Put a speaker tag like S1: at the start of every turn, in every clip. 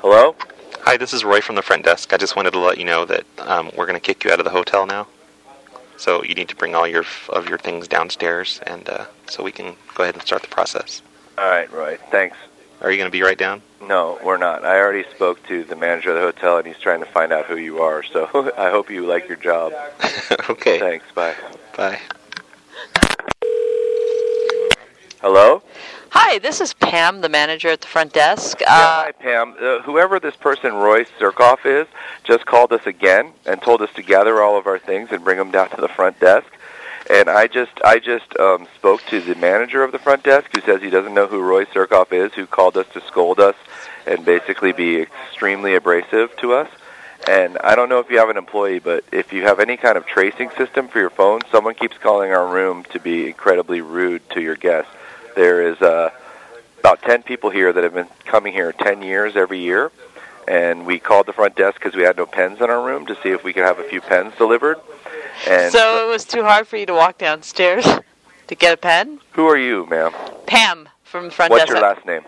S1: Hello?
S2: Hi, this is Roy from the front desk. I just wanted to let you know that um, we're going to kick you out of the hotel now. So you need to bring all your of your things downstairs, and uh, so we can go ahead and start the process.
S1: All right, Roy. Thanks.
S2: Are you going to be right down?
S1: No, we're not. I already spoke to the manager of the hotel, and he's trying to find out who you are. So I hope you like your job.
S2: okay.
S1: Thanks. Bye.
S2: Bye.
S1: Hello.
S3: Hi, this is Pam, the manager at the front desk.
S1: Yeah, hi, Pam. Uh, whoever this person Roy Zirkoff is just called us again and told us to gather all of our things and bring them down to the front desk. And I just, I just um, spoke to the manager of the front desk, who says he doesn't know who Roy Zirkoff is, who called us to scold us and basically be extremely abrasive to us. And I don't know if you have an employee, but if you have any kind of tracing system for your phone, someone keeps calling our room to be incredibly rude to your guests. There is uh, about 10 people here that have been coming here 10 years every year. And we called the front desk because we had no pens in our room to see if we could have a few pens delivered. And
S3: so it was too hard for you to walk downstairs to get a pen?
S1: who are you, ma'am?
S3: Pam from the front
S1: What's
S3: desk.
S1: your last name?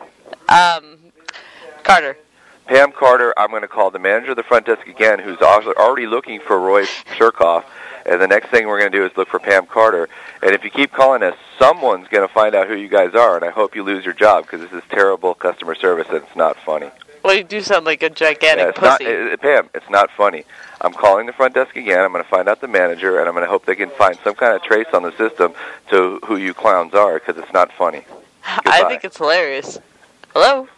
S3: Um, Carter.
S1: Pam Carter, I'm going to call the manager of the front desk again, who's also already looking for Roy Sherkoff. And the next thing we're going to do is look for Pam Carter. And if you keep calling us, someone's going to find out who you guys are. And I hope you lose your job because this is terrible customer service and it's not funny.
S3: Well, you do sound like a gigantic
S1: Yeah, it's not,
S3: pussy.
S1: uh, Pam, it's not funny. I'm calling the front desk again. I'm going to find out the manager, and I'm going to hope they can find some kind of trace on the system to who you clowns are because it's not funny.
S3: I
S1: goodbye.
S3: think it's hilarious. Hello?